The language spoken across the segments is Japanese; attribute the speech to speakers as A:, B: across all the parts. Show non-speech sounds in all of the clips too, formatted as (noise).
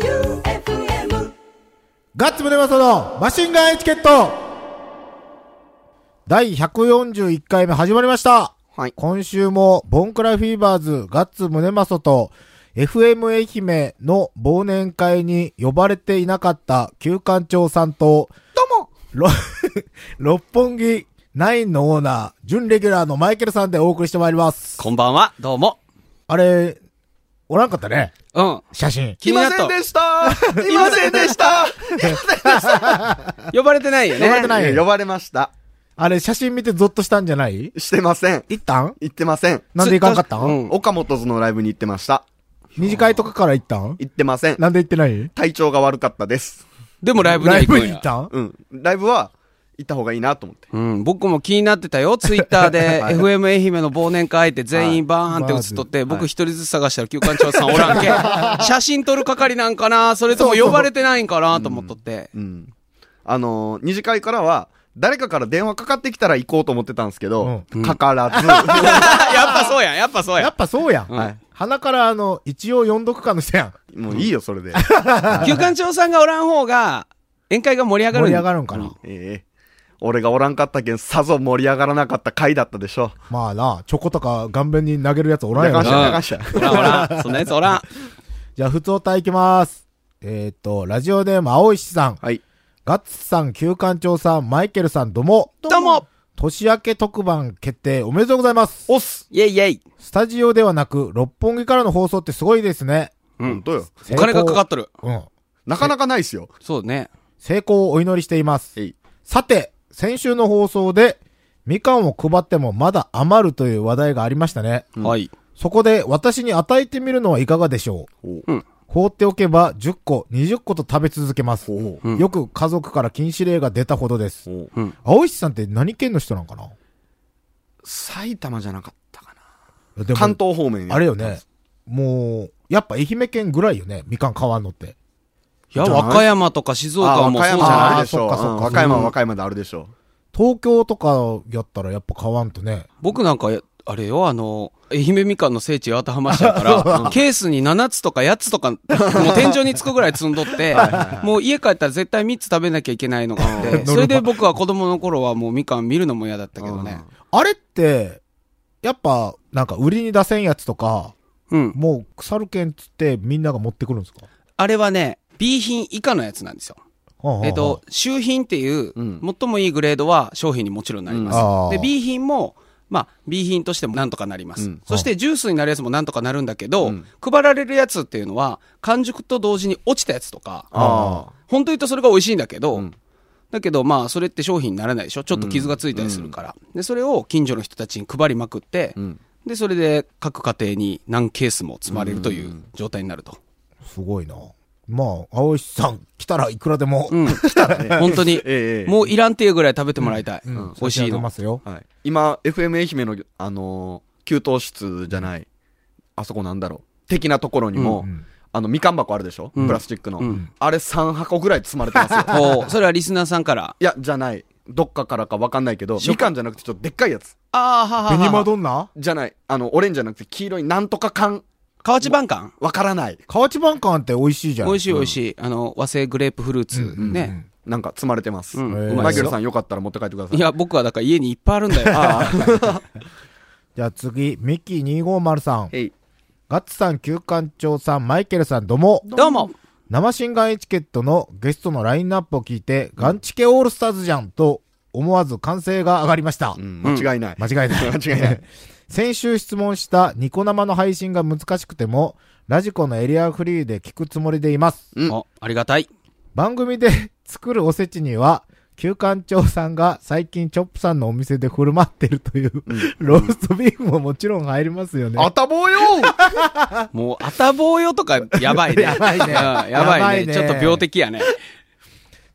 A: J-O-E-U-F-M
B: ガッツムネマソのマシンガンエチケット第141回目始まりました
C: はい。
B: 今週もボンクラフィーバーズガッツムネマソと FM 愛媛の忘年会に呼ばれていなかった旧館長さんと
C: どうも
B: ろ (laughs) 六本木ナインのオーナー、準レギュラーのマイケルさんでお送りしてまいります。
D: こんばんは、どうも。
B: あれ、おらんかったね、
D: うん。
B: 写真。
D: 気になった。
C: でしたいませんでした
D: 呼ばれてないよ
B: 呼ばれ
D: ね
B: て。ない
C: ね呼ばれました。
B: あれ、写真見てゾッとしたんじゃない
C: してません。
B: 行ったん
C: 行ってません。
B: なんで行かんかったん、
D: うん
C: 岡本図のライブに行ってました。
B: 二次会とかから行ったん
C: 行ってません。
B: なんで行ってない
C: 体調が悪かったです。
D: でもライブには
B: ライ
D: 行
B: ブ
D: くん
B: に行
D: や
B: っ。たん
C: うん。ライブは行った方がいいなと思って。
D: うん、僕も気になってたよ。ツイッターで、FM 愛媛の忘年会って全員バーンって映っとって、僕一人ずつ探したら休館長さんおらんけ。写真撮る係なんかなそれとも呼ばれてないんかなと思っとって
C: う。ん。あのー、二次会からは、誰かから電話かかってきたら行こうと思ってたんですけど、かからず、
D: (laughs) やっぱそうやん、やっぱそう
B: や
D: や
B: っぱそうやん。
C: はい
B: 鼻からあの、一応読んどくかの人やん。
C: (laughs) もういいよ、それで。
D: ん。休館長さんがおらん方が、宴会が盛り上がる
B: 盛り上がるんかな。
D: うん
C: ええ俺がおらんかったけん、さぞ盛り上がらなかった回だったでしょ。
B: まあな、チョコとか顔面に投げるやつおらんや
C: 流
B: ろ
C: し
B: な。
C: た、流した。
D: おらんおらん。そんなやつおらん。
B: じゃあ、普通歌いきます。えーっと、ラジオネーム、青石さん。
C: はい。
B: ガッツさん、旧館長さん、マイケルさん、どうも。
D: どうも
B: 年明け特番決定おめでとうございます。
C: おっす
D: イェイイェイ。
B: スタジオではなく、六本木からの放送ってすごいですね。
C: うん、どうよ。
D: お金がかか
B: っ
D: っとる。
B: うん。
C: なかなかないっすよ。
D: そうね。
B: 成功をお祈りしています。
C: えい。
B: さて、先週の放送で、みかんを配ってもまだ余るという話題がありましたね。
D: はい。
B: そこで私に与えてみるのはいかがでしょう
C: お
B: 放っておけば10個、20個と食べ続けます。よく家族から禁止令が出たほどです。
D: うん
B: 青石さんって何県の人なんかな
C: 埼玉じゃなかったかな。
B: でも
C: 関東方面や
B: あれよね。もう、やっぱ愛媛県ぐらいよね。みかん買わんのって。
D: いや、
C: じゃない
D: 和歌山とか静
C: あ
D: 岡
C: 和
D: も
C: 歌
D: そ
C: 山
D: うじ
C: じゃ
D: ゃ
C: な
D: ないい
C: でしょ
B: あーそっかそっか
C: うん和歌山
B: うん
C: は和歌山であるでしょ
B: 東京とかやったらやっぱ買わんとね。
D: 僕なんか、あれよ、あの、愛媛みかんの聖地八幡浜市だ (laughs) から、ケースに7つとか8つとか、もう天井につくぐらい積んど (laughs) って、もう家帰ったら絶対3つ食べなきゃいけないのがあっ
B: うん
D: て、それで僕は子供の頃はもうみかん見るのも嫌だったけどね。
B: あれって、やっぱ、なんか売りに出せんやつとか、
D: うん。
B: もう腐るけんつってみんなが持ってくるんですか
D: あれはね、B 品以下のやつなんですよ。えっと、、周品っていう、
C: うん
D: 最もいいグレードは商品にもちろんなります。
B: うんあー
D: で、B 品も、まあ、B 品としてもなんとかなりま
C: う
D: す。
C: ん
D: そして、ジュースになるやつもなんとかなるんだけど、
C: うん
D: 配られるやつっていうのは、完熟と同時に落ちたやつとか、
C: ああ
D: 本当言うとそれが美味しいんだけど、
C: うん
D: だけど、まあ、それって商品にならないでしょちょっと傷がついたりするから。で、それを近所の人たちに配りまくって、
C: うん
D: で、それで各家庭に何ケースも積まれるという状態になると。
B: すごいな。まあ、青石さん来たらいくらでも、
D: うん。
C: (laughs)
D: 本当に、
C: ええ
D: もういらんっていうぐらい食べてもらいたい。
B: うん
D: 美味しい
B: 差し上げ
D: の
B: ま。すよ。
C: はい今 FM 愛媛のあのー給湯室じゃないあそこなんだろう的なところにも
B: うん
C: あのみかん箱あるでしょ
D: うん
C: プラスチックの
D: うん
C: あれ3箱ぐらい積まれてます
B: (laughs)
C: よ
D: おそれはリスナーさんから。
C: いやじゃないどっかからかわかんないけどみかんじゃなくてちょっとでっかいやつ
D: ああ、はは
B: ベニマ
D: は。
B: ドンナ
C: じゃないあのオレンジじゃなくて黄色いなんとか缶
D: 河内晩柑
C: わからない
B: 河内晩柑って美味しいじゃん。
D: 美味しい美味しい。あの、和製グレープフルーツ。ね。
C: なんか積まれてます
D: うん
B: へえ
C: マイケルさんよかったら持って帰ってください
D: いや、僕はだから家にいっぱいあるんだよ。
B: じゃあ次、ミッキー250さん。
C: えい
B: ガッツさん、旧館長さん、マイケルさん、どうも。
D: (laughs) どうも。
B: 生新眼エチケットのゲストのラインナップを聞いて、ガンチケオールスターズじゃんと思わず歓声が上がりました。
C: うん間違いない
B: (laughs) 間違いない。
C: (laughs) 間違いない。
B: (laughs) 先週質問したニコ生の配信が難しくても、ラジコのエリアフリーで聞くつもりでいます。
C: うん
D: おありがたい。
B: 番組で (laughs) 作るおせちには、旧館長さんが最近チョップさんのお店で振る舞ってるという、 (laughs) ローストビーフももちろん入りますよね。
C: あたぼうよ
B: (laughs)
D: もう、あたぼうよとか、やばいね。
B: やばいね
D: うんやばいね。ちょっと病的やね。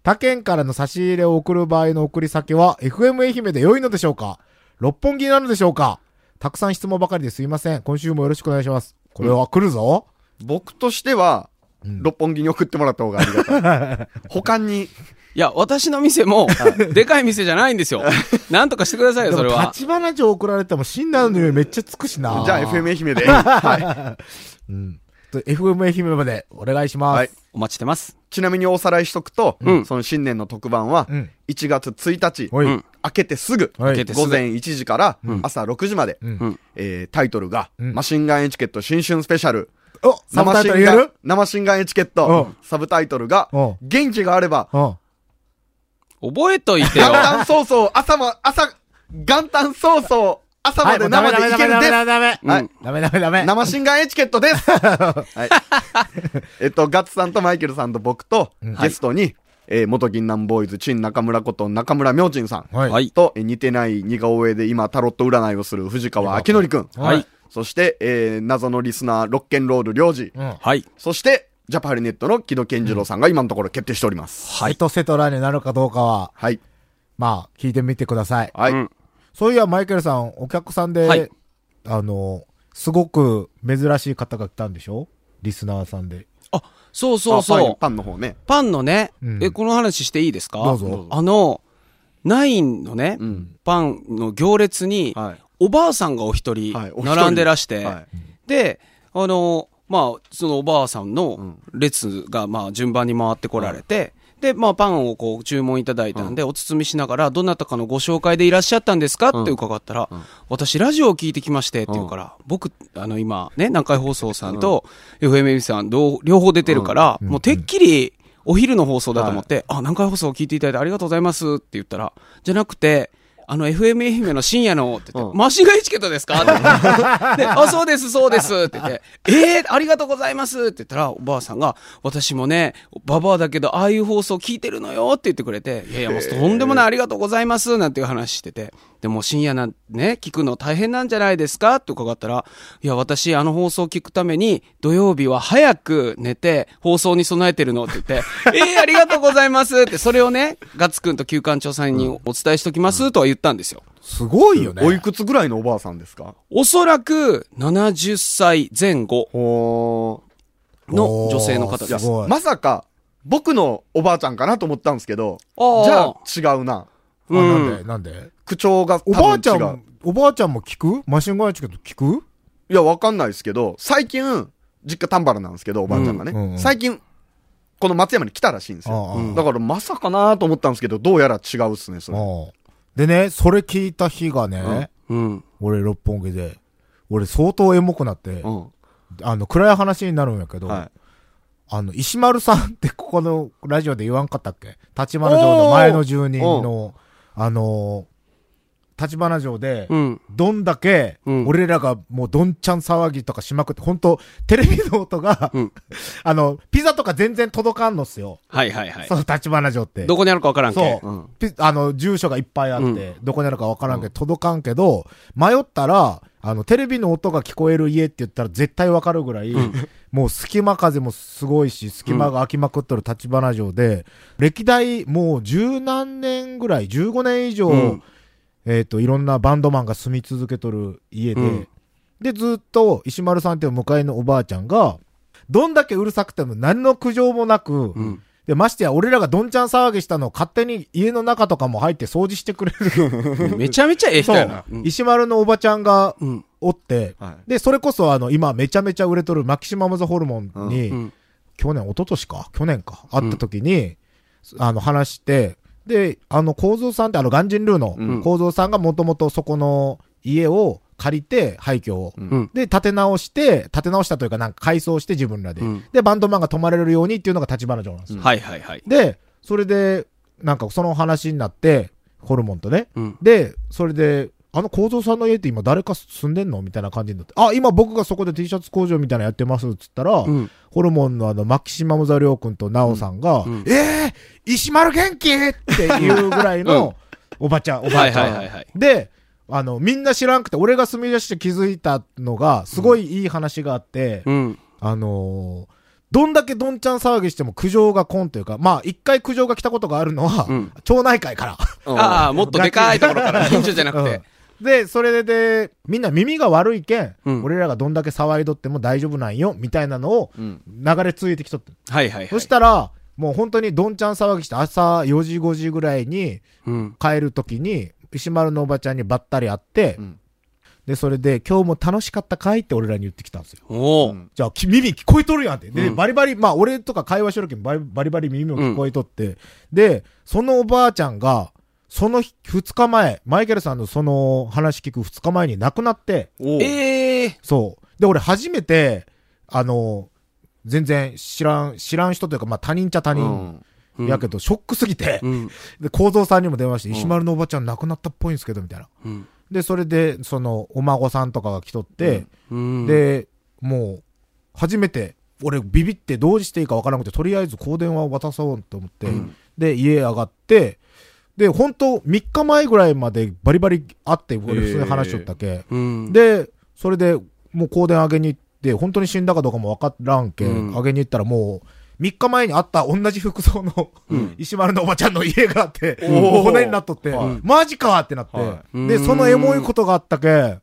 B: 他県からの差し入れを送る場合の送り先は FM 愛媛で良いのでしょうか六本木なのでしょうかたくさん質問ばかりですいません。今週もよろしくお願いします。これは来るぞ。
C: 僕としては、六本木に送ってもらった方がありがた
B: (laughs)
C: い。他に、
D: いや、私の店も、でかい店じゃないんですよ。なんとかしてくださいよ、
B: で
D: それ
B: も
D: は。
B: 立花城送られても死んだのにめっちゃつくしな。
C: じゃあ FM 愛媛で。はい。
B: うん。と FM 愛媛までお願いします。
C: はい
D: お待ちしてます。
C: ちなみにおさらいしとくと、
D: うん
C: その新年の特番は
B: うん、
C: 1月1日、
B: はい
D: うん
C: 明けてすぐ、
B: はい
D: 明けてすぐ
C: 午前1時から朝6時まで、
B: ん
D: うん
C: えータイトルが、
B: ん
C: マシンガンエチケット新春スペシャル、
B: おサブタイトル言える
C: 生シンガンエチケット
B: うん、
C: サブタイトルが
B: うん、
C: 元気があれば、
B: うん。
D: 覚えといて
C: 元
D: よ。
C: 旦早々、朝ま、朝、元旦早々、朝まで生でいけるんです。
B: ダメ
D: う
C: はい
D: ん
B: ダメダメダメ。ダメ
C: 生シンガンエチケットです。はい。えっと、ガッツさんとマイケルさんと僕と、ゲストに、えー元銀杏ボーイズ、陳中村こと中村明神さん。
B: はい
D: はい。
C: と、えー似てない似顔絵で今タロット占いをする藤川明則くん。
B: はい
C: そして、えー謎のリスナー、ロッケンロール領事。
B: うん。
D: はい。
C: そして、ジャパハリネットの木戸健次郎さんが今のところ決定しております。
B: はい。セトセトラになるかどうかは、
C: はい。
B: まあ、聞いてみてください。
C: はい。
D: うん
B: そういや、マイケルさん、お客さんで、
D: はい
B: あの、すごく珍しい方が来たんでしょリスナーさんで。
D: あ、そうそう
C: あ
D: そ
C: パン
D: う。
C: パンの方ね。
D: パンのね、
B: うん
D: え、この話していいですか
B: どうぞ
D: あの、ナインのね、
C: うん
D: パンの行列に、
C: はい
D: おばあさんがお一人
C: はいお一人
D: 並んでらして、
C: はい
D: で、あの、まあ、そのおばあさんの
C: ん
D: 列が、まあ、順番に回ってこられて、で、まあ、パンをこう、注文いただいたんで、お包みしながら、どなたかのご紹介でいらっしゃったんですかって伺ったら、私、ラジオを聞いてきまして、って言うから、僕、あの、今、ね、南海放送さんと、FMB さん、どう両方出てるから、もう、てっきり、お昼の放送だと思って、あ、南海放送を聞いていただいてありがとうございますって言ったら、じゃなくて、あの、FM 愛媛の深夜の、って言って、
C: うん
D: マシンガンエチケットですかって言ってであ、そうです、そうです、って言って、えー、ありがとうございますって言ったら、おばあさんが、私もね、ババアだけど、ああいう放送聞いてるのよって言ってくれて、いやいや、もうとんでもない、ありがとうございます、なんていう話してて、でも深夜なんてね、聞くの大変なんじゃないですかって伺ったら、いや、私、あの放送聞くために、土曜日は早く寝て、放送に備えてるのって言って、えー、ありがとうございますって、それをね、ガッツくんと旧館長さんにお伝えしときますとは言ったんですよ。
B: すごいよね。
C: おいくつぐらいのおばあさんですか
D: おそらく70歳前後
C: ほ
D: の女性の方
B: おー
C: い
D: で
C: や
D: す。
B: すごい、
C: まさか、僕のおばあちゃんかなと思ったんですけど、
D: ああ
C: じゃあ違うな。
B: あ
D: うん
B: なんでなんで
C: 口調が多
B: お
C: 分違う。
B: ばあちゃん、おばあちゃんも聞くマシンガンエチケット聞く
C: いや、わかんないですけど、最近、実家丹原なんですけど、おばあちゃんがね。
B: うんうんうん
C: 最近、この松山に来たらしいんですよ。
B: ああ
C: だから、まさかなと思ったんですけど、どうやら違うっすね、それ。
B: うんでね、それ聞いた日がね、
D: うん。
B: 俺六本木で、俺相当エモくなって
C: う、ん。
B: あの、暗い話になるんやけど、
C: は
B: あの、石丸さんってここのラジオで言わんかったっけ立花城の前の住人の、あのー、立花城で、
D: うん。
B: どんだけ、
D: うん
B: 俺らがもうどんちゃん騒ぎとかしまくって、本当テレビの音が、
D: うん
B: (laughs) あの、ピザとか全然届かんのっすよ。
D: はいはいはい
B: そ。の立花城って。
D: どこにあるかわからんけ。
B: そう、
C: うん
B: ピあの、住所がいっぱいあって、
D: う
B: どこにあるかわからんけど、届かんけど、迷ったら、あの、テレビの音が聞こえる家って言ったら絶対わかるぐらい、もう隙間風もすごいし、隙間が空きまくっとる立花城で、歴代もう十何年ぐらい、15年以上、
D: うん
B: えっ、と、いろんなバンドマンが住み続けとる家で、
D: うん
B: で、ずっと石丸さんっていう向かいのおばあちゃんが、どんだけうるさくても何の苦情もなく、
D: ん
B: で、ましてや俺らがどんちゃん騒ぎしたのを勝手に家の中とかも入って掃除してくれる。
D: う。めちゃめちゃええ人
B: そ
D: や
B: う
D: な。う。ん
B: 石丸のおばちゃんが
D: うん。
B: おって、
C: はい
B: で、それこそあの、今めちゃめちゃ売れとるマキシマムズホルモンに、
D: うん。
B: 去年、一昨年か去年か会った時に、あの、話して、で、あの、構造さんって、あの、鑑真ルー
C: う
B: の
C: ん
B: 構造さんがもともとそこの家を借りて、廃墟を。
C: ん
D: うん。
B: で、立て直して、立て直したというか、なんか改装して自分らで。
D: うん
B: で、バンドマンが泊まれるようにっていうのが立花城なんですよ。
D: はいはいはい。
B: で、それで、なんかその話になって、ホルモンとね。
D: うん。
B: で、それで、あの構造さんの家って今誰か住んでんのみたいな感じになって、あ、今僕がそこで T シャツ工場みたいなのやってますっつったら、
D: うん。
B: ホルモンのあの、マキシマムザリョウ君とナオさんが、
D: うんうん
B: えー、石丸元気っていうぐらい
D: (laughs)
B: の、おばちゃん、おば
D: は
B: あ
D: い
B: ちゃん。
D: はいはいはい。
B: で、あの、みんな知らんくて、俺が住み出して気づいたのが、すごいいい話があって、
D: うん。
B: あのーどんだけどんちゃん騒ぎしても苦情が来んというか、まあ、一回苦情が来たことがあるのは、
D: うん
B: 町内会から。
D: ああ、もっとでかいところから、近所じゃなくて。
B: うんで、それで、みんな耳が悪いけん、
D: うん
B: 俺らがどんだけ騒いどっても大丈夫なんよ、みたいなのを
C: うん。
B: 流れついてきとって。
D: はいはいはい。
B: そしたら、もう本当にどんちゃん騒ぎして朝4時5時ぐらいに
D: うん。
B: 帰るときに、石丸のおばちゃんにばったり会って、
C: うん
B: で、それで、今日も楽しかったかいって俺らに言ってきたんですよ。
D: おお。
B: じゃあ、き耳聞こえとるやんって。で、
D: うん
B: バリバリ、まあ、俺とか会話しろけん、バリバリバリ耳も聞こえとって、で、そのおばあちゃんが、その日二日前、マイケルさんのその話聞く二日前に亡くなって、
C: おう
D: ええ
B: そう。で、俺初めて、あの、全然知らん、知らん人というか、まあ、他人っちゃ他
C: う
B: 人
C: ん。
D: ー。
B: やけど、ショックすぎて、
D: うん。
B: で、構造さんにも電話して、
C: ん
B: 石丸のおばちゃん亡くなったっぽいんですけど、みたいな。
D: うん。
B: で、それで、その、お孫さんとかが来とって、
D: うん、
B: で、もう、初めて、俺ビビってどうしていいかわからなくて、とりあえず香電話を渡そうと思って、で、家上がって、で、本当3日前ぐらいまでバリバリ会って、俺普通に話しとったけ。
D: うん。
B: で、それで、もう香典あげに行って、本当に死んだかどうかもわからんけ、
D: うん
B: あげに行ったらもう、3日前に会った同じ服装の、 (laughs) 石丸のおばちゃんの家があって、
C: おー
B: もう骨になっとって、
C: はい
B: マジかってなって、
C: は
B: で、
D: うん
B: そのエモいことがあったけ、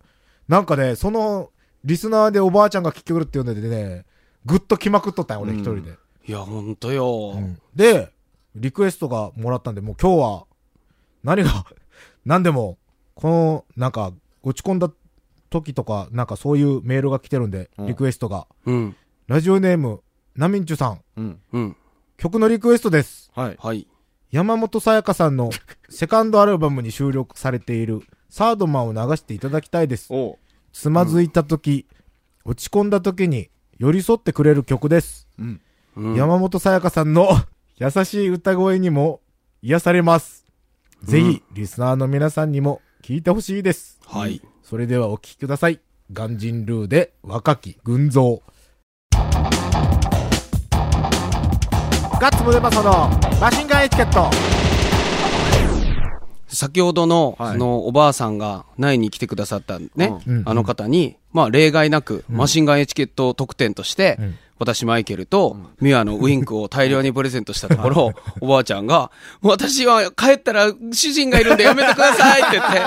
B: なんかね、その、リスナーでおばあちゃんが聞きくるっていうのでね、ぐっと来まくっとったんよ俺
C: うん
B: 一人で、
D: いや、ほんとよ。
B: うんで、リクエストがもらったんで、もう今日は、何が、 (laughs) 何でも、この、なんか、落ち込んだ時とか、なんかそういうメールが来てるんで、
C: うん
B: リクエストが。
D: うん。
B: ラジオネーム、ナミンチュさん、
C: うん。
D: うん。
B: 曲のリクエストです。
C: はい。
D: はい。
B: 山本さやかさんのセカンドアルバムに収録されているサードマンを流していただきたいです。
C: おう
B: つまずいた時、落ち込んだ時に寄り添ってくれる曲です。
C: うん。
D: うん、
B: 山本さやかさんの (laughs) 優しい歌声にも癒されます。ぜひ、リスナーの皆さんにも聞いてほしいです。
D: はい。
B: それではお聴きください。ガンジンルーで若き群像。ガッツムデパソのマシンガンエチケット。
D: 先ほどの、
C: はい
D: その、おばあさんが、苗に来てくださったね、
B: うんうん
D: あの方に、まあ、例外なく、マシンガンエチケット特典として、
B: ん
D: 私、マイケルと、ミュアのウインクを大量にプレゼントしたと
B: (laughs)
D: ころ、おばあちゃんが、私は帰ったら主人がいるんでやめてくださいって言って、
C: ピ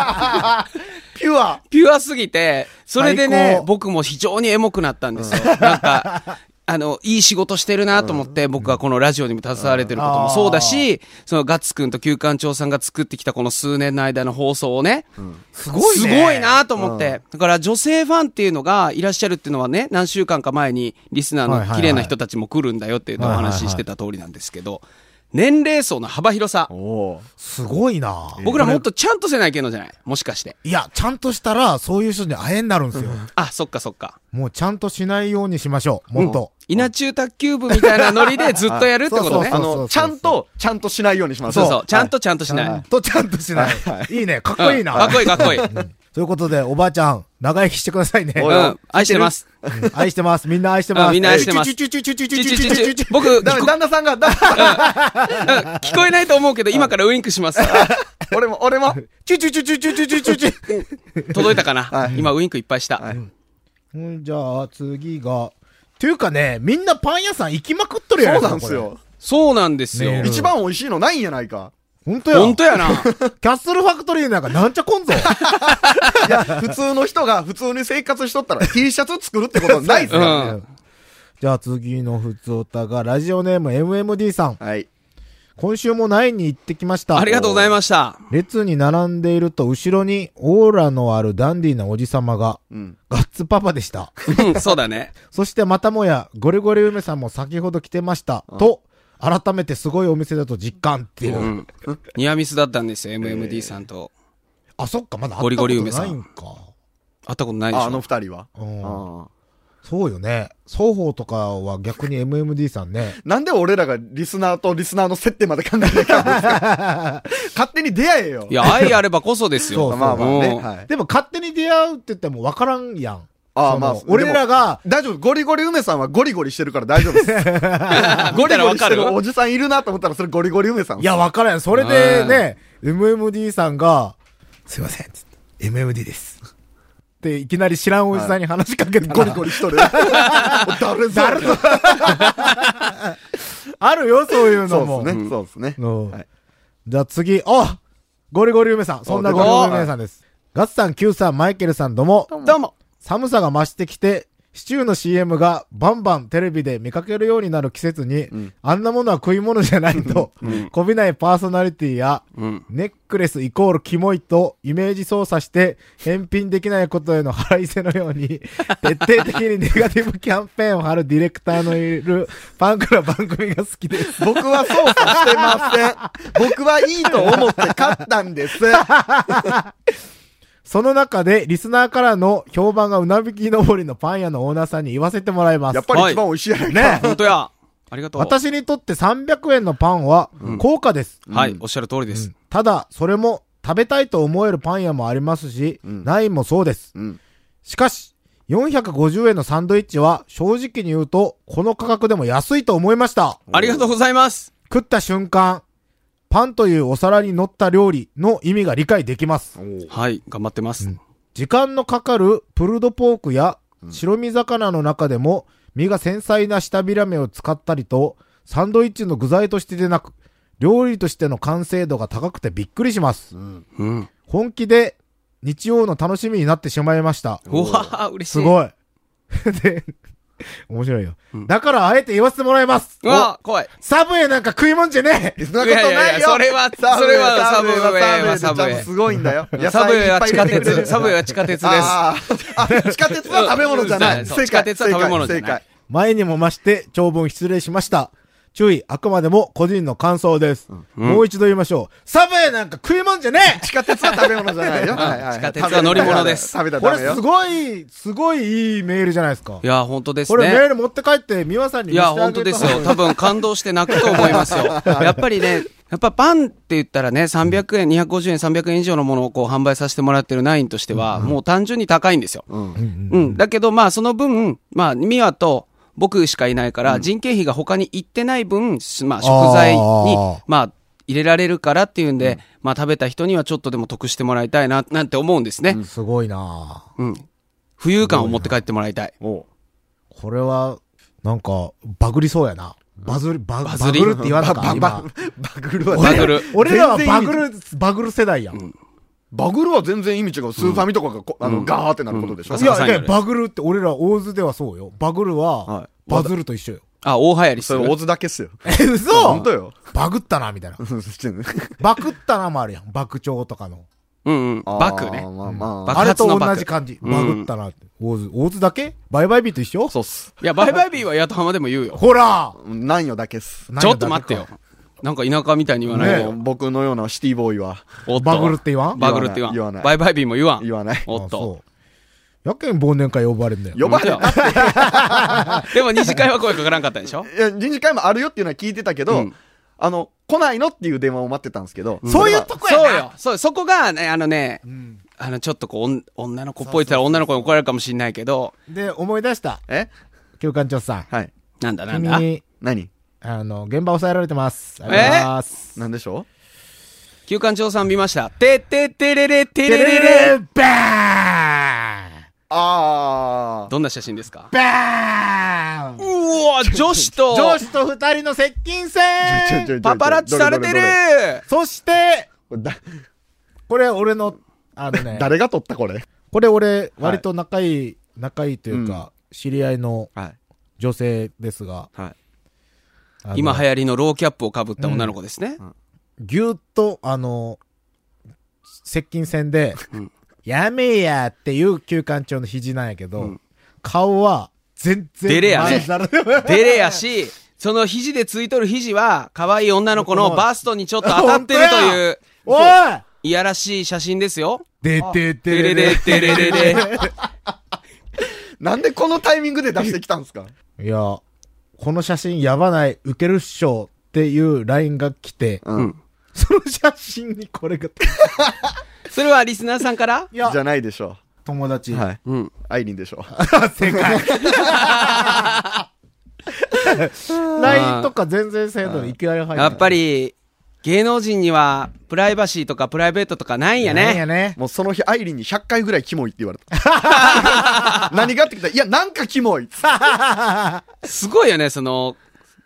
C: ュア
D: ピュアすぎて、それで
B: 最
D: ね
B: 高、
D: 僕も非常にエモくなったんですよ。なんか、 (laughs) あの、いい仕事してるなと思って、僕はこのラジオにも携われてることもそうだし、そのガッツくんと旧館長さんが作ってきたこの数年の間の放送をね、す
B: ごいね
D: なと思って。だから女性ファンっていうのがいらっしゃるっていうのはね、何週間か前にリスナ
B: はいはい
D: ー
B: は
D: の
B: い
D: 綺麗な人たちも来るんだよっていうのをお話ししてた通りなんですけど、年齢層の幅広さ、
C: おう
B: すごいな
D: 僕らもっとちゃんとせないけんのじゃないもしかして。
B: いや、ちゃんとしたら、そういう人に会えになるんですよ。
D: あ、そっかそっか。
B: もうちゃんとしないようにしましょう。もっと。
D: 稲中卓球部みたいなノリでずっとやるってことね。
B: そ
C: あ
B: うそうそうそう
C: の、ちゃんと、ちゃんとしないようにします。
D: そうそう。ちゃんとちゃんとし
B: ちゃ
D: なんい。
B: とちゃんとしない。いいね。かっこいいな。
D: うんかっこいいかっこい
B: (laughs)
D: い。うん
B: ということで、おばあちゃん、長生きしてくださいね。
C: おいおい
D: 愛してます。
B: うん愛してます。みんな愛してま
D: う
B: す。
D: んみんな愛してます
B: チュチュチュチュチ
D: ち
B: ュ
D: ゅ
B: チュ
D: ち
B: チュ
D: ゅ
B: チュ
D: ち
B: チュ
D: ゅ
B: チュ。
D: 僕、聞
C: だ
D: こ
C: 旦那さんが、だ (laughs)
D: 聞こえないと思うけど、今からウインクします。
C: 俺も、俺も。
B: チュチュチュチュチュチュチュチュチュ。
D: 届いたかな今ウインクいっぱいした。
B: うんじゃあ、次が。ていうかね、みんなパン屋さん行きまくっとるや
C: そ
B: ん。
C: うなんすよ。
D: そうなんですよ
B: ね。え
C: 一番美味しいのないんやないか。
B: これ。ほんとや。
D: 本当やな。
B: キャッスルファクトリーなんかなんちゃこんぞ。
C: いや、普通の人が普通に生活しとったら T シャツ作るってことないっす
D: う
C: か
D: ん。
B: じゃあ次のふつおたが、ラジオネーム MMD さん。
C: ら。はい。
B: 今週もナインに行ってきました。
D: ありがとうございました。
B: 列に並んでいると後ろにオーラのあるダンディーなおじさまが、
C: うん。
B: ガッツパパでした。
D: うんそうだね。
B: そしてまたもや、ゴリゴリ梅さんも先ほど来てました。と、改めてすごいお店だと実感っていう。
D: うんニアミスだったんですよ、MMD さんと。
B: あ、そっか、まだ
D: ゴ
B: 会っ
D: リ
B: たこ
D: ゴリ
B: と
D: 梅さ
B: な
D: ん
B: いんか。
D: 会ったことないでし
C: ああの
D: ょ。
C: 二人は。
B: うん、
C: ああ
B: そうよね。双方とかは逆に MMD さんね。
C: なんで俺らがリスナーとリスナーの接点まで考えなきゃいけないんですか勝手に出会えよ。
D: いや、愛あればこそです
B: そう
D: よ。
B: そう
C: まあまあね。
D: うん
C: はい、
B: でも勝手に出会うって言っても分からんやん。
C: あ
B: そ
C: あ、
B: の
C: まあ、
B: 俺ら
C: が。
B: が、
C: 大丈夫。ゴリゴリ梅さんはゴリゴリしてるから大丈夫 (laughs) です。ゴ
D: 見た
C: リ
D: ら
C: ゴ
D: わ
C: リし
D: か
C: て
D: る
C: るおじさんいるなと思ったらそれゴリゴリ梅さん。
B: いや、分からんやん。それでね、MMD さんが、すいません、つって MMD です。って、いきなり知らんおじさんに話しかけて、
C: ゴリゴリしとる。 (laughs) 誰
B: だるあるよ、そういう
C: そ
B: の
C: う
B: も。
C: ですね。そうですね。
B: うん
C: はい
B: じゃあ次、あゴリゴリ梅さん。そんなゴリゴリ梅さんです。ガッツさん、キューさん、マイケルさんどうも。
D: どうも。
B: 寒さが増してきて、シチューの CM がバンバンテレビで見かけるようになる季節に、
C: ん
B: あんなものは食い物じゃないと、こびないパーソナリティや、
D: うん。
B: ネックレスイコールキモいとイメージ操作して返品できないことへの腹いせのように徹底的にネガティブキャンペーンを張るディレクターのいるファンから番組が好きです。
C: 僕は操作してません。僕はいいと思って勝ったんです。
B: その中でリスナーからの評判がうなびき登りのパン屋のオーナーさんに言わせてもらいます。
C: やっぱり一番美味しいやないか。
B: ね
D: 本当や。ありがとう。
B: 私にとって300円のパンは高価です。
D: はい、おっしゃる通りです。
B: ただ、それも食べたいと思えるパン屋もありますし、
C: うん
B: ないもそうです。
C: うん。
B: しかし、450円のサンドイッチは正直に言うと、この価格でも安いと思いました。
D: (laughs) ありがとうございます。
B: 食った瞬間、パンというお皿に乗った料理の意味が理解できます。
D: はい、頑張ってます。
B: 時間のかかるプルドポークや白身魚の中でも身が繊細な下ビラメを使ったりとサンドイッチの具材としてでなく料理としての完成度が高くてびっくりします。
D: うん。
B: 本気で日曜の楽しみになってしまいました。
D: うわー、嬉しい。
B: すごい。 (laughs) で、面白いよ。だからあえて言わせてもらいます。
D: うわー、怖い。
B: サブウェイなんか食い物じゃねえ
C: そんなことないよ。
D: いやいやいやそれはそれはサブウェイはサブウェイ
C: ちゃんとすごいんだよ。野
D: サブウェイは
C: 菜い
D: 地
C: っぱ
D: 下
C: い入れてくれ
D: 鉄。
C: る
D: サブウェイは地下鉄です。
C: あーあ地下鉄は食べ物じゃな
D: うん
C: い。
D: そう地下鉄は食べ物じゃない
C: 正解。
B: 前にも増して長文失礼しました。注意、あくまでも個人の感想です。もう一度言いましょう。サブウェイなんか食い物じゃね
C: 地下鉄は食べ物じゃないよ。はいはい
D: 地下鉄は乗り物です
C: 食べた
B: え
C: ら
B: こ
C: ダ
B: れ
C: メよ
B: す。ごい、すごいいいメールじゃないですか。
D: いやー、本当です
B: これメ
D: ね。
B: ール持って帰って、美和さんに
D: い
B: 見せて
D: やー、
B: あ
D: 本当
B: げ
D: で
B: た
D: す
B: 方が
D: よ。多分感動して泣くと思いますよ。やっぱりね、やっぱパンって言ったらね、300円、250円、300円以上のものをこう販売させてもらってるナインとしては、もう単純に高いんですよ。うん。だけど、まあ、その分、まあ、ミワと僕しかいないから、人件費が他に行ってない分、しまあ、食材
B: あ
D: に
B: ー、
D: まあ、入れられるからっていうんで、まあ、食べた人にはちょっとでも得してもらいたいな、なんて思うんですね。
B: (laughs) すごいなぁ
D: うん。浮遊感を持って帰ってもらいたい。
B: これは、なんか、バグりそうやな。バズり、バ
D: バ
B: バ
D: ズ
B: ズ
D: り
B: るって言わなかった。今
C: バグルは
D: バグル。
B: 俺らは
C: 全然
B: バ
C: いい
B: グる、バグる世代やん。
C: バグルは全然意味違う。スーファミとかがこ、あの、ガーってなることでしょ
D: うん
B: い
D: そ。
B: や、いやバグるって俺ら大津ではそうよ。バグる
C: は、
B: はいバズると一緒よ。
D: あ、大流行りす
C: それ、
D: る
C: 大。津だけっすよ。
B: え、嘘
C: 本当よ。
B: バグったな、みたいな。バグったなもあるやん。爆調とかの。
D: うんうん。バック
C: (laughs)
D: ね
C: あー。まあま
D: バ
C: あ。
D: 爆
B: あれ
D: 発
B: と
D: のバク
B: 同じ感じ。バグったなって。大津、大津だけバイバイビーと一緒
C: そうっす。
D: いや、バイバイビーは八幡浜でも言うよ。
B: ほら
C: なんよだけっす。
D: ちょっと待ってよ。。なんか田舎みたいに言わない
C: ね
D: よ。
C: 僕のようなシティボーイは
D: おっと
B: バグるって言わん
D: バグるって言わん。
C: 言わない
D: バイバイビーも言わん。
C: 言わない。
D: おっ
B: あそ
D: と。
B: うやけん忘年会呼ばれんだよ。
C: 呼ばれた。
D: (laughs) でも二次会は声かからんかったでしょ
C: いや、人事会もあるよっていうのは聞いてたけど、
D: うん
C: あの、来ないのっていう電話を待ってたんですけど、
B: そういうとこやな
D: そうよ。そう、そこがね、あのね、あの、ちょっとこうおん、女の子っぽいって言ったら女の子に怒られるかもしんないけど、
B: で、思い出した。
C: え
B: 教官長さん。
C: はい。
D: なんだなんだ。
B: 君、
C: 何
B: あの、現場抑えられてます。ありがとうございます。
C: なんでしょ
D: 休館長さん見ました。てってってれれってれれれ。
B: ンバーン
C: うあ
D: どんな写真ですか
B: バー
D: う
B: ン
D: わ女子と、
B: 上司と二人の接近戦
C: ー
D: パパラッチされてる
B: そして、
C: どれどれどれこれ
B: これ俺の、あの
C: だ
B: ね、
C: (laughs) 誰が撮ったこれ
B: これ俺、割と仲いい、仲いいというか、知り合いの
C: はい。
B: 女性ですが、
C: はい。
B: あの
D: 今流行りのローキャップをかぶった女の子ですね。
B: ぎゅーっと、あの、接近戦で、やめやっていう旧館長の肘なんやけど、顔は全然
D: 出れやね
B: 前ざる
D: (laughs) デレやし、その肘でついとる肘は、可愛い女の子のバストにちょっと当たってるという、
B: おい
D: いやらしい写真ですよ。
B: でて
D: デ
B: て
D: レ
B: れ
D: レ、
B: れ
D: デレレレ。
C: なんでこのタイミングで出してきたんですか
B: いや、この写真やばない、ウケるっしょっていう LINE が来て、
C: うん。
B: その写真にこれが、
D: それはリスナーさんから
B: いや
C: じ、ゃないでしょ
B: 友達。
C: う。はい。
D: うん。
C: アイリンでしょう。
B: 正 (laughs) 解。LINE とか全然制度にいきなり入って
D: やっぱり、芸能人には、プライバシーとかプライベートとかないんや
B: なんや
D: ね。
B: ね。
C: もうその日、アイリンに100回ぐらいキモいって言われた。
D: (laughs)
C: 何がってきたいや、なんかキモい。
D: すごいよね、その、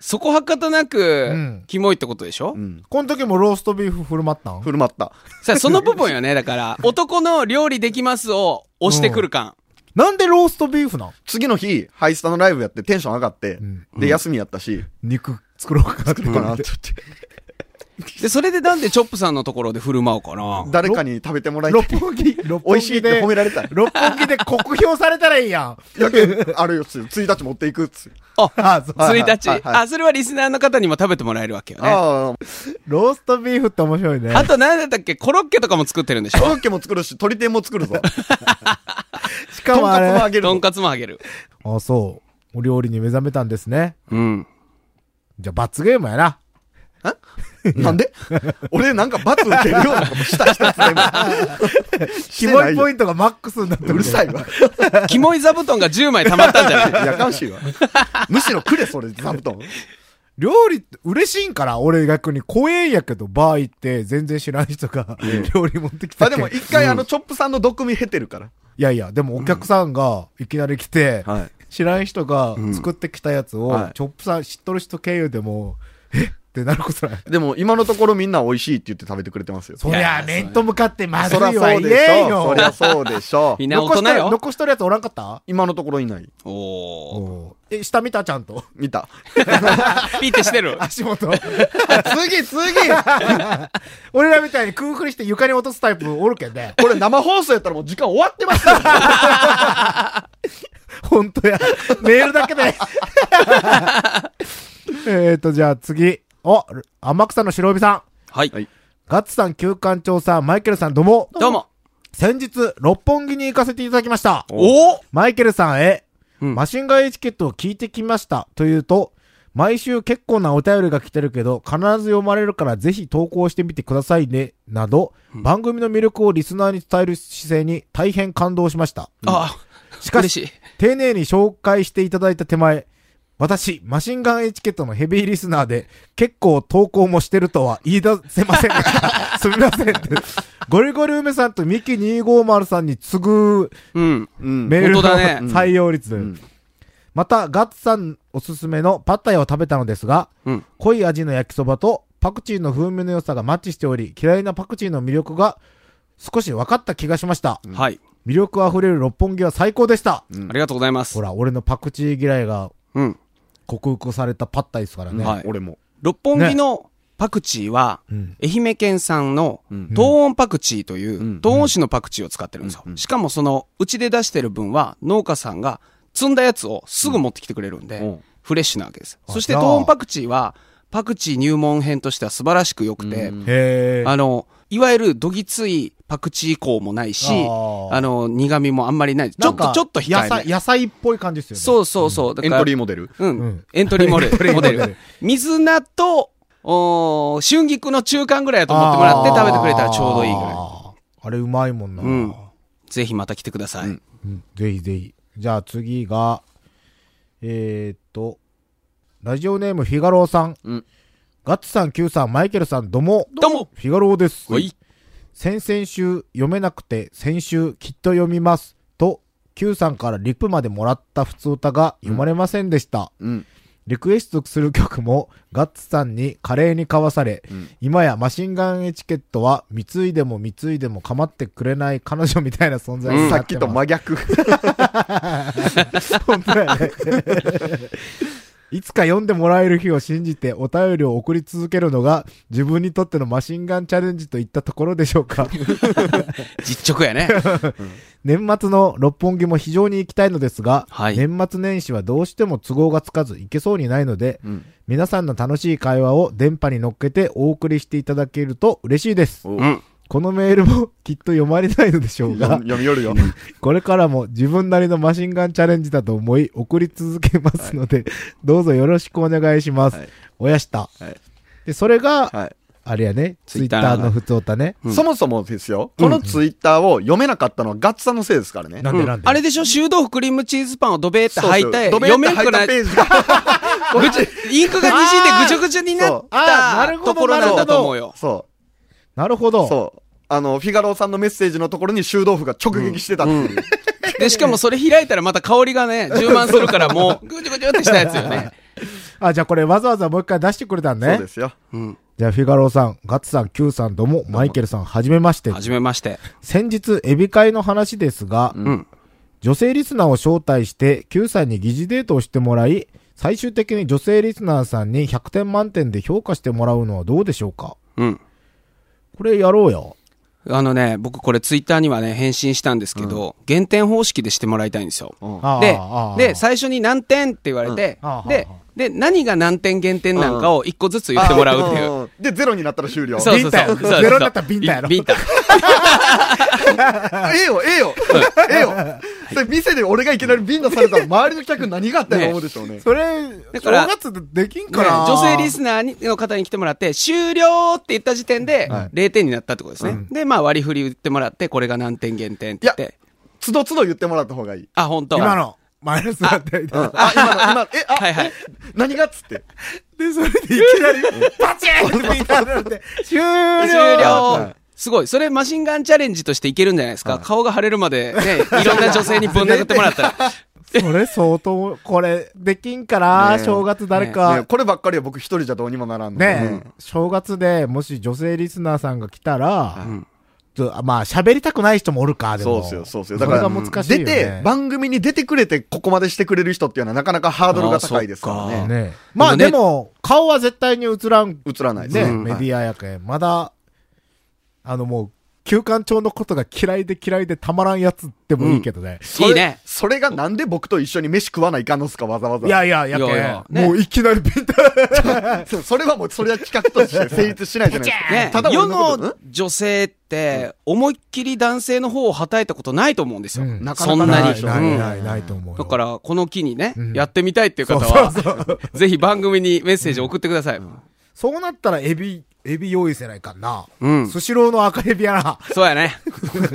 D: そこはかとな
B: う
D: く
B: ん、
D: キモいってことでしょ
C: うん。
B: この時もローストビーフ振る舞ったん
C: 振る舞った。
D: さあその部分よね、だから、男の料理できますを押してくる感。
B: なんでローストビーフなん
C: 次の日、ハイスタのライブやってテンション上がって、
B: ん
C: で、休みやったし、
B: 肉作ろうかなって
C: これかなって
D: で、それでなんでチョップさんのところで振る舞おうかな。
C: 誰かに食べてもらいたい
B: 六。本木、六
C: 美
B: 本
C: 味しい
B: 木
C: って
B: で
C: 褒、められたい。
B: 六本木で酷評されたらいいやん。 (laughs)
C: やけんあるよ、つ1日持っていくっつ。
B: あ、そう。
D: 1日、
C: はいはいはい
D: あ、それはリスナーの方にも食べてもらえるわけよね。あ
C: ああ、
B: ローストビーフって面白いね。
D: と、なんだったっけコロッケとかも作ってるんでし
C: コ
D: ょ
C: ロッケも作るし、鶏天も作るぞ。
B: (laughs) し
C: と
B: か
C: ん
B: もあ
C: かつもあ
B: れ、
C: げる
D: とん
C: ぞ。
D: かつもあげる。
B: あ、そう。お料理に目覚めたんですね。
D: うん。
B: じゃあ罰ゲームやな。
C: なんで俺なんか罰受けるようなことした一つでも。
B: (laughs) キ
C: して
B: モ
C: ないい
B: ポ
C: よ
B: イントがマックスになって
C: う
B: る
C: るさいわ。
D: キモい座布団が10枚溜まったんじゃない
C: やかまし
B: (laughs)
C: いわ。むしろくれ、それ、座布団。
B: 料理って嬉しいんから、俺逆に怖えんやけど、バー行って全然知らん人が料理持ってきた
C: まあ
B: けん
C: でも一回あの、チョップさんの毒味経てるから。
B: いやいや、でもお客さんがいきなり来て、
C: はい。
B: 知らん人が作ってきたやつを、
C: はい
B: チョップさん知っとる人経由でも、えってなることない。
C: でも今のところみんな美味しいって言って食べてくれてますよ。
B: そりゃ、面と向かってまずい
C: そりゃ
B: は
C: そう
B: 言
C: で
B: えん
C: しょ。
B: よ
C: そり。ゃそうでしょ
D: (laughs) み。んな大
B: 残し
D: 人
B: とる、
D: よ。
B: 残しとるやつおらんかった
C: 今のところいない。
B: (laughs)
D: おー。
B: おうえ、下見たちゃんと。
C: 見た。
D: ピーってしてる。
B: 足元。
C: (laughs) 次、次
B: (laughs) 俺らみたいに空振りして床に落とすタイプおるけんね。
C: これ生放送やったらもう時間終わってますよ。
B: 本当や。メールだけで。えっと、じゃあ次。お、天草の白帯さん。
D: はい。
C: はい
B: ガッツさん、旧館長さん、マイケルさん、どうも。
D: どうも。
B: 先日、六本木に行かせていただきました。
D: おー
B: マイケルさんへ、
D: うん
B: マシンガンエチケットを聞いてきました。というと、毎週結構なお便りが来てるけど、必ず読まれるからぜひ投稿してみてくださいね、など、番組の魅力をリスナーに伝える姿勢に大変感動しました。
D: あ
B: し
D: あ、
B: か
D: 嬉
B: し、
D: しい。
B: 丁寧に紹介していただいた手前、私、マシンガンエチケットのヘビーリスナーで、結構投稿もしてるとは言い出せませんで
D: (laughs)
B: した。すみません。ゴリゴリ梅さんとミキ250さんに次ぐ
D: うん。
C: うん。
B: メールの
D: 本当だね
B: 採用率。また、ガッツさんおすすめのパッタイを食べたのですが、
D: うん
B: 濃い味の焼きそばとパクチーの風味の良さがマッチしており、嫌いなパクチーの魅力が少し分かった気がしました。
D: はい。
B: 魅力あふれる六本木は最高でした。
D: ありがとうございます
B: ほ。ら、俺のパクチー嫌いが
D: うん。
B: 克服されたパッタイですからね。
D: はい。
C: 俺も。
D: 六本木のパクチーは、
B: うん
D: 愛媛県産の
C: うん
D: 東温パクチーという、
C: うん
D: 東温市のパクチーを使ってるんですよ。しかもその、うちで出してる分は、農家さんが摘んだやつをすぐ持ってきてくれるんで、
C: うん
D: フレッシュなわけです。
B: あ
D: そして
B: じゃあ
D: 東温パクチーは、パクチー入門編としては素晴らしく良くて、
C: うん
B: へー
D: あの、いわゆるどぎついパクチー香もないし、
B: あ
D: あ
B: ー
D: の、苦味もあんまりない。ち
B: な
D: ょ
B: ん
D: っと、
B: か
D: ちょっと控え
B: 野菜、
D: め。
B: 野菜っぽい感じですよね。う。
D: そうそうそう。だ
C: エ
D: か
C: ン
D: ら
C: トリーモデル。
D: うん。
B: うん
D: エントリーモデ
B: (laughs) エントリ
D: ル。
B: ーモ
D: モ
B: デ
D: デ
B: ル
D: ル。水菜と、おー春菊の中間ぐらいだと思ってもらって食べてくれたらちょうどいいぐら
B: あーあれうまいもんな。
D: うんい。ぜひまた来てくださ
C: う
D: い。
C: ん
B: うんぜひぜひ。じゃあ次が、えー、っと、ラジオネームフィガローさん。
C: うん
B: ガッツさん、Q さん、マイケルさん、どうも。
D: どうも
B: フィガローです。
D: はい。
B: 先々週読めなくて、先週きっと読みます。と、Q さんからリプまでもらった普通歌が読まれませんでした。
C: うん。
B: リクエストする曲もガッツさんに華麗にかわされ、
C: うん
B: 今やマシンガンエチケットは貢いでも貢いでも構ってくれない彼女みたいな存在に
C: さ
B: なっ
C: っ
B: て
C: き
B: ます、
C: と真逆。
B: 本当やね。いつか読んでもらえる日を信じてお便りを送り続けるのが自分にとってのマシンガンチャレンジといったところでしょうか。
D: 実直やね。
B: 年末の六本木も非常に行きたいのですが、
D: はい
B: 年末年始はどうしても都合がつかず行けそうにないので、
C: うん
B: 皆さんの楽しい会話を電波に乗っけてお送りしていただけると嬉しいです。
C: お
D: うん。
B: このメールもきっと読まれないのでしょう
C: (laughs) 読
B: が
C: み、読み寄るよ。
B: これからも自分なりのマシンガンチャレンジだと思い送り続けますので、どうぞよろしくお願いします。
C: はい
B: おやした。
C: はい
B: で、それが、
C: はい。
B: あれやね、ツイッ
D: Twitter
B: ターの普通歌ね。
C: そもそもですよ、このツイッターを読めなかったのはガッツさんのせいですから
B: (laughs)
C: ね。
B: なんでなんで、
D: あれでしょ臭豆腐クリームチーズパンをドベーって
C: そうそう
D: 吐いて、
C: ドベンっ
D: 読
C: て
D: めん
C: 入
D: く
C: った
D: (laughs) な
C: ペ
D: い。
C: ージが。
B: (laughs)
D: ぐちゃインクが滲んでぐちゃぐちゃになっ
B: あーなる
D: た
B: ほど
D: ところなんだと思うよ。
C: そ
B: なるほ
C: う。
B: ど。
C: そう。あの、フィガローさんのメッセージのところに修道府が直撃してたっていう。
D: で、しかもそれ開いたらまた香りがね、充満するからもう、ぐちゃぐちゃってしたやつよね。
B: あ、じゃあこれわざわざもう一回出してくれたん
C: そう
B: ね
C: で。すよ。
B: (laughs)
D: うん。
B: じゃあフィガローさん、ガッツさん、キューさんどうも、マイケルさん、はじめまして。
D: はじめまして。
B: 先日、エビ会の話ですが、
D: うん。
B: 女性リスナーを招待して、Q さんに疑似デートをしてもらい、最終的に女性リスナーさんに100点満点で評価してもらうのはどうでしょうか
D: うん。
B: これやろうよ。
D: あのね、僕これツイッターにはね、返信したんですけど、減点方式でしてもらいたいんですよ。
C: うん
B: ああ
D: で
B: ああ、
D: で、最初に何点って言われて
B: うんああ、
D: で
B: ああ、
D: で、何が何点減点なんかを一個ずつ言ってもらうっていう。
C: うんで、ゼロになったら終了。
D: そうそう
B: ビンタ
D: そ
B: や
D: うそう。
B: ゼロになったらビンタやろ
D: ビ
B: (laughs)
D: ンタ。
C: (laughs) あええよ、ええよ、 (laughs) ええよ。それ店で俺がいきなりビンタされたら周りの客何があったんや
D: ね
C: 思うでしょうね。
B: それ、正
D: だから
B: 月でできん
D: ね
B: かな、
D: 女性リスナーにの方に来てもらって、終了って言った時点で、0点になったってことですね。で、まあ割り振り言ってもらって、これが何点減点って言っ
C: いや
D: て。
C: つどつど言ってもらった方がいい。
D: あ、本当。
B: 今の、マイナスだったみたいな。
C: あ、今の、今の、え、あ、
D: はいはい
C: え何がっつって。
B: で、それでいきなり、パチンってビンタにな
D: (laughs)
B: って、終了
D: 終了すごい。それ、マシンガンチャレンジとしていけるんじゃないですか。顔が腫れるまで、ね、いろんな女性にぶん殴ってもらったら。
B: それ相当、これ、できんかな、
C: ねえ
B: 正月誰
C: ね
B: か。
C: こればっかりは僕一人じゃどうにもならんの。
B: ねえ、正月でもし女性リスナーさんが来たら、とあまあ、喋りたくない人もおるか、
C: うん
B: で
C: そう
B: も。
C: っすよ、そうっすよ。
B: だ
C: だ
B: か、
C: からら、
B: それが難しい
C: 出
B: よ、ね。
C: て、番組に出てくれて、ここまでしてくれる人っていうのはなかなかハードルが高いですから
D: あ
C: ね。
D: ー
B: ねまあでも、顔は絶対に映らん。
C: 映らない
B: ね、
C: です
B: メディアやけん。まだ、あのもう、休館長のことが嫌いで嫌いでたまらんやつでもいいけどね。
C: それ
D: いいね
C: それがなんで僕と一緒に飯食わないかんのっすか、わざわざ。
B: いやいや、やけん
D: いやいやね
B: もういきなりビンタ。
C: そうそれはもう、それは企画として成立しないじゃないですか。
D: ね、
C: ただ
D: 世
C: 俺のこと
D: の女性って、思いっきり男性の方をはたいたことないと思うんですよ。
B: うん
C: なか
D: そ
C: なか
D: ん
C: ない
D: な
B: な
D: に。
B: い、
C: でしょ
B: な
D: う
B: い、
D: ん
B: ない、ないと思うよ。
D: だから、この機にね、
B: ん
D: やってみたいっていう方は、ぜひ番組にメッセージ送ってください。
B: そうなったらエビ、エビ用意せないかんな。
D: うん。
B: スシローの赤エビや
C: (laughs)
B: な。
D: そうやね。 (laughs)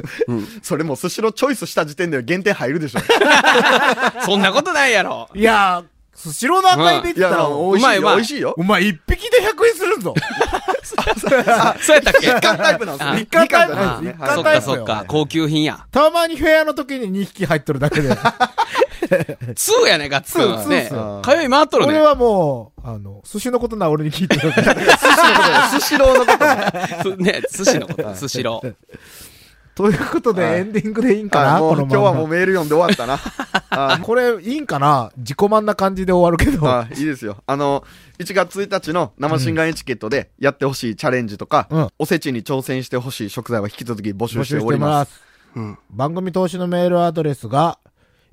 C: それもうスシローチョイスした時点では限定入る
B: (laughs)
C: でしょ。
D: そんなことないやろ。
B: いやー、スシローの赤エビって
C: い
B: 言っ
C: や、
B: たら、
C: 美味しいよ、
D: うまいうまい
C: 美味しいよ。
B: お前一匹で100円するん
C: (laughs)
B: ぞ。
D: そうやったっけ
C: 日韓タイプなんです
D: あ
C: ね。
B: 日韓タイプ
C: 日
B: な
C: 韓
B: ん
C: じ
B: で
C: ゃ
B: す
C: ない
D: そ
B: 日韓タイプよ
D: っかそっか、高級品や。
B: たまにフェアの時に2匹入っとるだけ
C: (laughs)
B: で。
D: 2やね、ガッツくんは
B: ツー
D: ね
B: ツー。
D: 通い回っとる
B: 俺
D: ね。
B: はもう、あの、寿司のことな俺に聞いてる。
C: はいスシローのことね。
D: すね、寿司のこと、寿司ロー。
B: (laughs) ということで、エンディングでいいんかな
C: あもう
B: この
C: 今日はもう
B: ま
C: メール読んで終わったな。あ
B: ま。これ、いいんかな自己満な感じで終わるけど。
C: あいいですよ。あの、1月1日の生新眼エチケットでやってほしいチャレンジとか、
B: うん
C: おせちに挑戦してほしい食材は引き続き募
B: 募
C: 集して
B: 集し
C: お
B: て
C: ります。
B: ます。番組投資のメールアドレスが、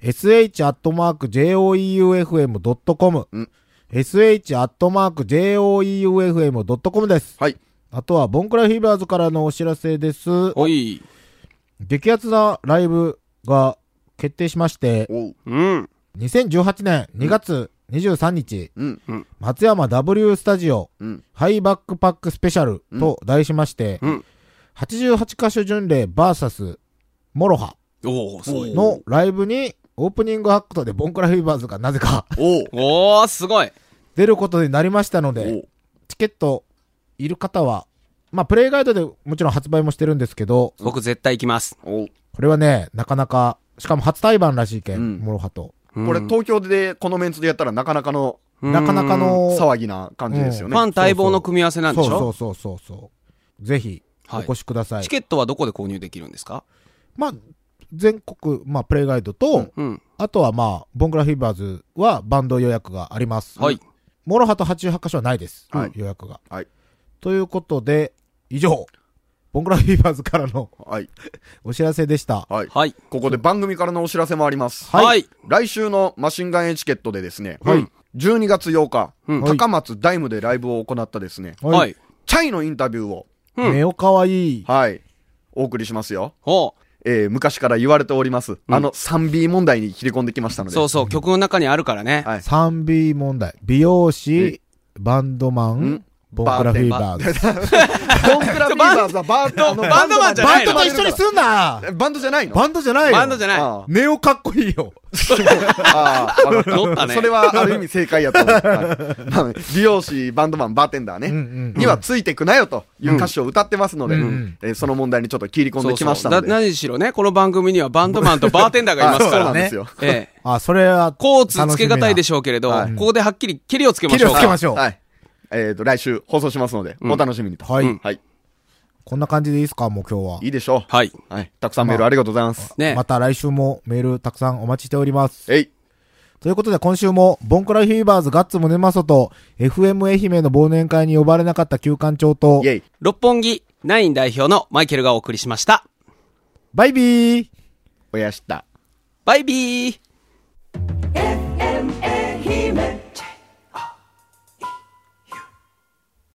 B: sh.joeufm.com
C: うん
B: sh.joeufm.com です。
C: はい。
B: あとは、ボンクラフィーバーズからのお知らせです。
D: おい。
B: 激アツなライブが決定しまして、
C: おう。
D: うん。
B: 2018年2月23日、
C: うん。
B: 松山 W スタジオ、
C: うん。
B: ハイバックパックスペシャルと題しまして、
D: うん
B: 88箇所巡礼 VS モロハ
D: おおすごい。
B: のライブに、オープニングアクトでボンクラフィーバーズがなぜか (laughs)
C: おう。
D: おー、すごい。
B: 出ることになりましたの
C: お
B: で、
C: う。
B: チケットいる方は、まあ、プレイガイドでもちろん発売もしてるんですけど、
D: 僕絶対行きます。
C: おう。
B: これはね、なかなか、しかも初対バンらしいけん、
C: うん
B: モロハと。
C: これ東京でこのメンツでやったらなかなかの
B: なかなか
D: うん
B: の、
C: 騒ぎな感じですよ
D: フ
C: ね。
D: ァン待望の組み合わせなんでし
B: そ
D: ょ
B: うそうそうそうそう。ぜひ、お
D: はい
B: 越しください。
D: チケットはどこで購入できるんですか
B: まあ、全国、まあ、プレイガイドと、
D: うん。
B: あとはまあ、ボンクラフィーバーズはバンド予約があります。
D: はい。。
B: モロハと88カ所はないです。
C: はい
B: 予約が。
C: はい。
B: ということで、以上、ボンクラフィーバーズからの (laughs)
C: はい。
B: お知らせでした。
C: はい。
D: はい。
C: ここで番組からのお知らせもあります。
B: はい
D: はい。
C: 来週のマシンガンエチケットでですね、
B: はい
C: 12月8日、
D: うん
C: 高松ダイムでライブを行ったですね、
D: は。い。
C: チャイのインタビューを、
D: うん
B: ネオかわいい。
C: はい、お送りしますよ。
D: ほう。
C: えー昔から言われております、あの 3B 問題に切り込んできましたので、
D: そうそう、曲の中にあるからね。
C: はい
B: 3B 問題。美容師、バンドマン
C: ん、
B: ボンクラフィーバーズ。
C: ボンクラビー (laughs) バーズはバンド、あの
D: バンドマンじゃ
B: バ
D: な
B: ン
D: い
B: ド
D: の
B: と一緒にすんな
C: バンドじゃないの
B: バンドじゃないよ
D: バンドじゃない。
C: あ
B: ネオかっこいいよ。
C: あああわか
D: 乗ったね
C: (laughs) それはある意味正解やと思う、はいまあ美容師、バンドマン、バーテンダーね、
B: うんうん
C: にはついてくなよという歌詞を歌ってますので、
B: うん
C: えーその問題にちょっと切り込んできましたの
D: だ
C: で。
D: 何しろね、この番組にはバンドマンとバーテンダーがいますか
C: (laughs) あそうな
D: ら
C: ん。ですよ。
D: ええ。
B: あ、それは、
D: コーツつけがたいで
B: し
D: しょうけれど、
C: は
D: ここではっきりケリをつけ
B: ょ
D: ま
B: 切り
D: しょう
B: を
D: か。
B: つけましょう。
C: はい。えっ、と、来週放送しますので、お楽しみにと。
B: はい
C: はい。。
B: こんな感じでいいですかもう今日はい
C: いでしょ
D: はい。
C: う。はい。たくさんメールありがとうございます。
D: ね。
B: また来週もメールたくさんお待ちしております。
C: えい。
B: ということで今週も、ボンクラフィーバーズガッツムネマソと、FM 愛媛の忘年会に呼ばれなかった旧館長と
C: イ、ェイ。
D: 六本木ナイン代表のマイケルがお送りしました。
B: バイビー
C: おやした。
D: バイビー